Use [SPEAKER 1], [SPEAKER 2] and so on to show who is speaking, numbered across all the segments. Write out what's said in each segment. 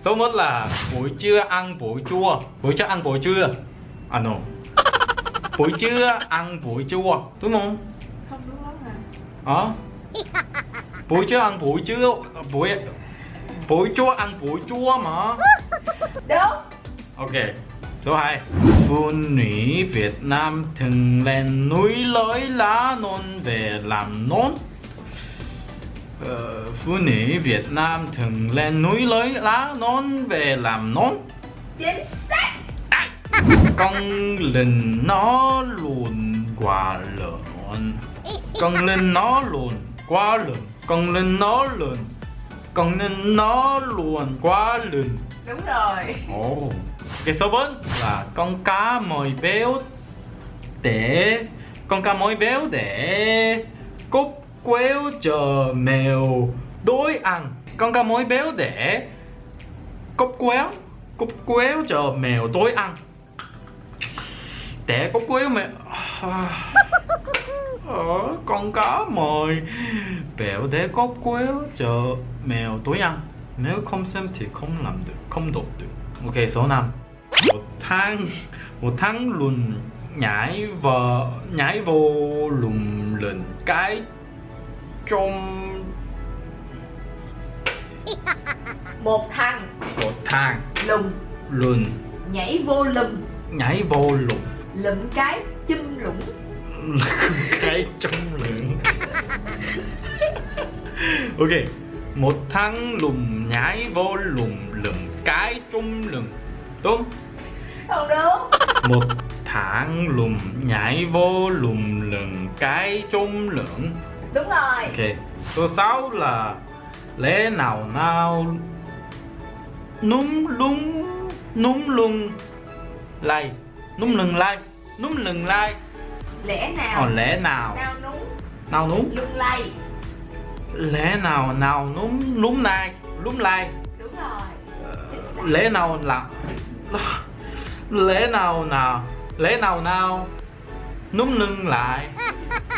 [SPEAKER 1] Số 1 là buổi trưa ăn buổi chua Buổi trưa ăn buổi trưa À no Buổi trưa ăn buổi chua Đúng không?
[SPEAKER 2] Không đúng lắm nè
[SPEAKER 1] Hả? Buổi trưa ăn buổi trưa Buổi Buổi chua ăn buổi chua mà
[SPEAKER 2] Đúng
[SPEAKER 1] Ok Số 2 Phụ nữ Việt Nam thường lên núi lấy lá non về làm nón ờ, Phụ nữ Việt Nam thường lên núi lấy lá non về làm nón
[SPEAKER 2] Chính xác
[SPEAKER 1] Con linh nó luồn qua lợn Con linh nó luồn qua lợn Con linh nó luồn Con linh nó luồn qua lợn
[SPEAKER 2] Đúng rồi
[SPEAKER 1] Ồ. Cái số 4 là con cá mồi béo để con cá mồi béo để cút quéo chờ mèo đối ăn. Con cá mồi béo để cút quéo cút quéo chờ mèo đối ăn. Để cút quéo mèo Ờ, con cá mồi béo để cút quéo chờ mèo đối ăn. Nếu không xem thì không làm được, không đọc được. Ok, số 5 Một tháng Một tháng lùn nhảy vào Nhảy vô lùm lùn cái Trong
[SPEAKER 2] Một thằng
[SPEAKER 1] một tháng
[SPEAKER 2] lùm
[SPEAKER 1] lùn
[SPEAKER 2] nhảy vô lùm
[SPEAKER 1] Nhảy vô lùm
[SPEAKER 2] Lùm cái chim lũng
[SPEAKER 1] cái trong lùn Ok Một tháng lùm nhảy vô lùm lùn cái trong lùn Đúng
[SPEAKER 2] Không đúng
[SPEAKER 1] Một tháng lùm nhảy vô lùm lùn cái trong lùn
[SPEAKER 2] Đúng rồi
[SPEAKER 1] Ok, số 6 là lẽ nào nào núm lúng núm lung lay núm lừng lay núm lừng lay
[SPEAKER 2] Lẽ nào
[SPEAKER 1] ờ lẽ nào
[SPEAKER 2] Nào núng
[SPEAKER 1] nào núm
[SPEAKER 2] lung lay
[SPEAKER 1] lẽ nào nào núm núm lay núm lay
[SPEAKER 2] Đúng rồi Chính xác
[SPEAKER 1] lẽ nào là lẽ nào nào lẽ nào nào núm lưng lại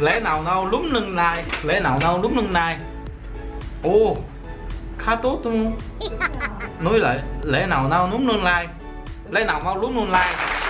[SPEAKER 1] lẽ nào nào lúm lưng lại lẽ nào nào lúm lưng lại ô khá tốt đúng không
[SPEAKER 2] Đúng rồi
[SPEAKER 1] nói lại lẽ nào nào núm lưng lại lẽ nào nào lúm lưng lại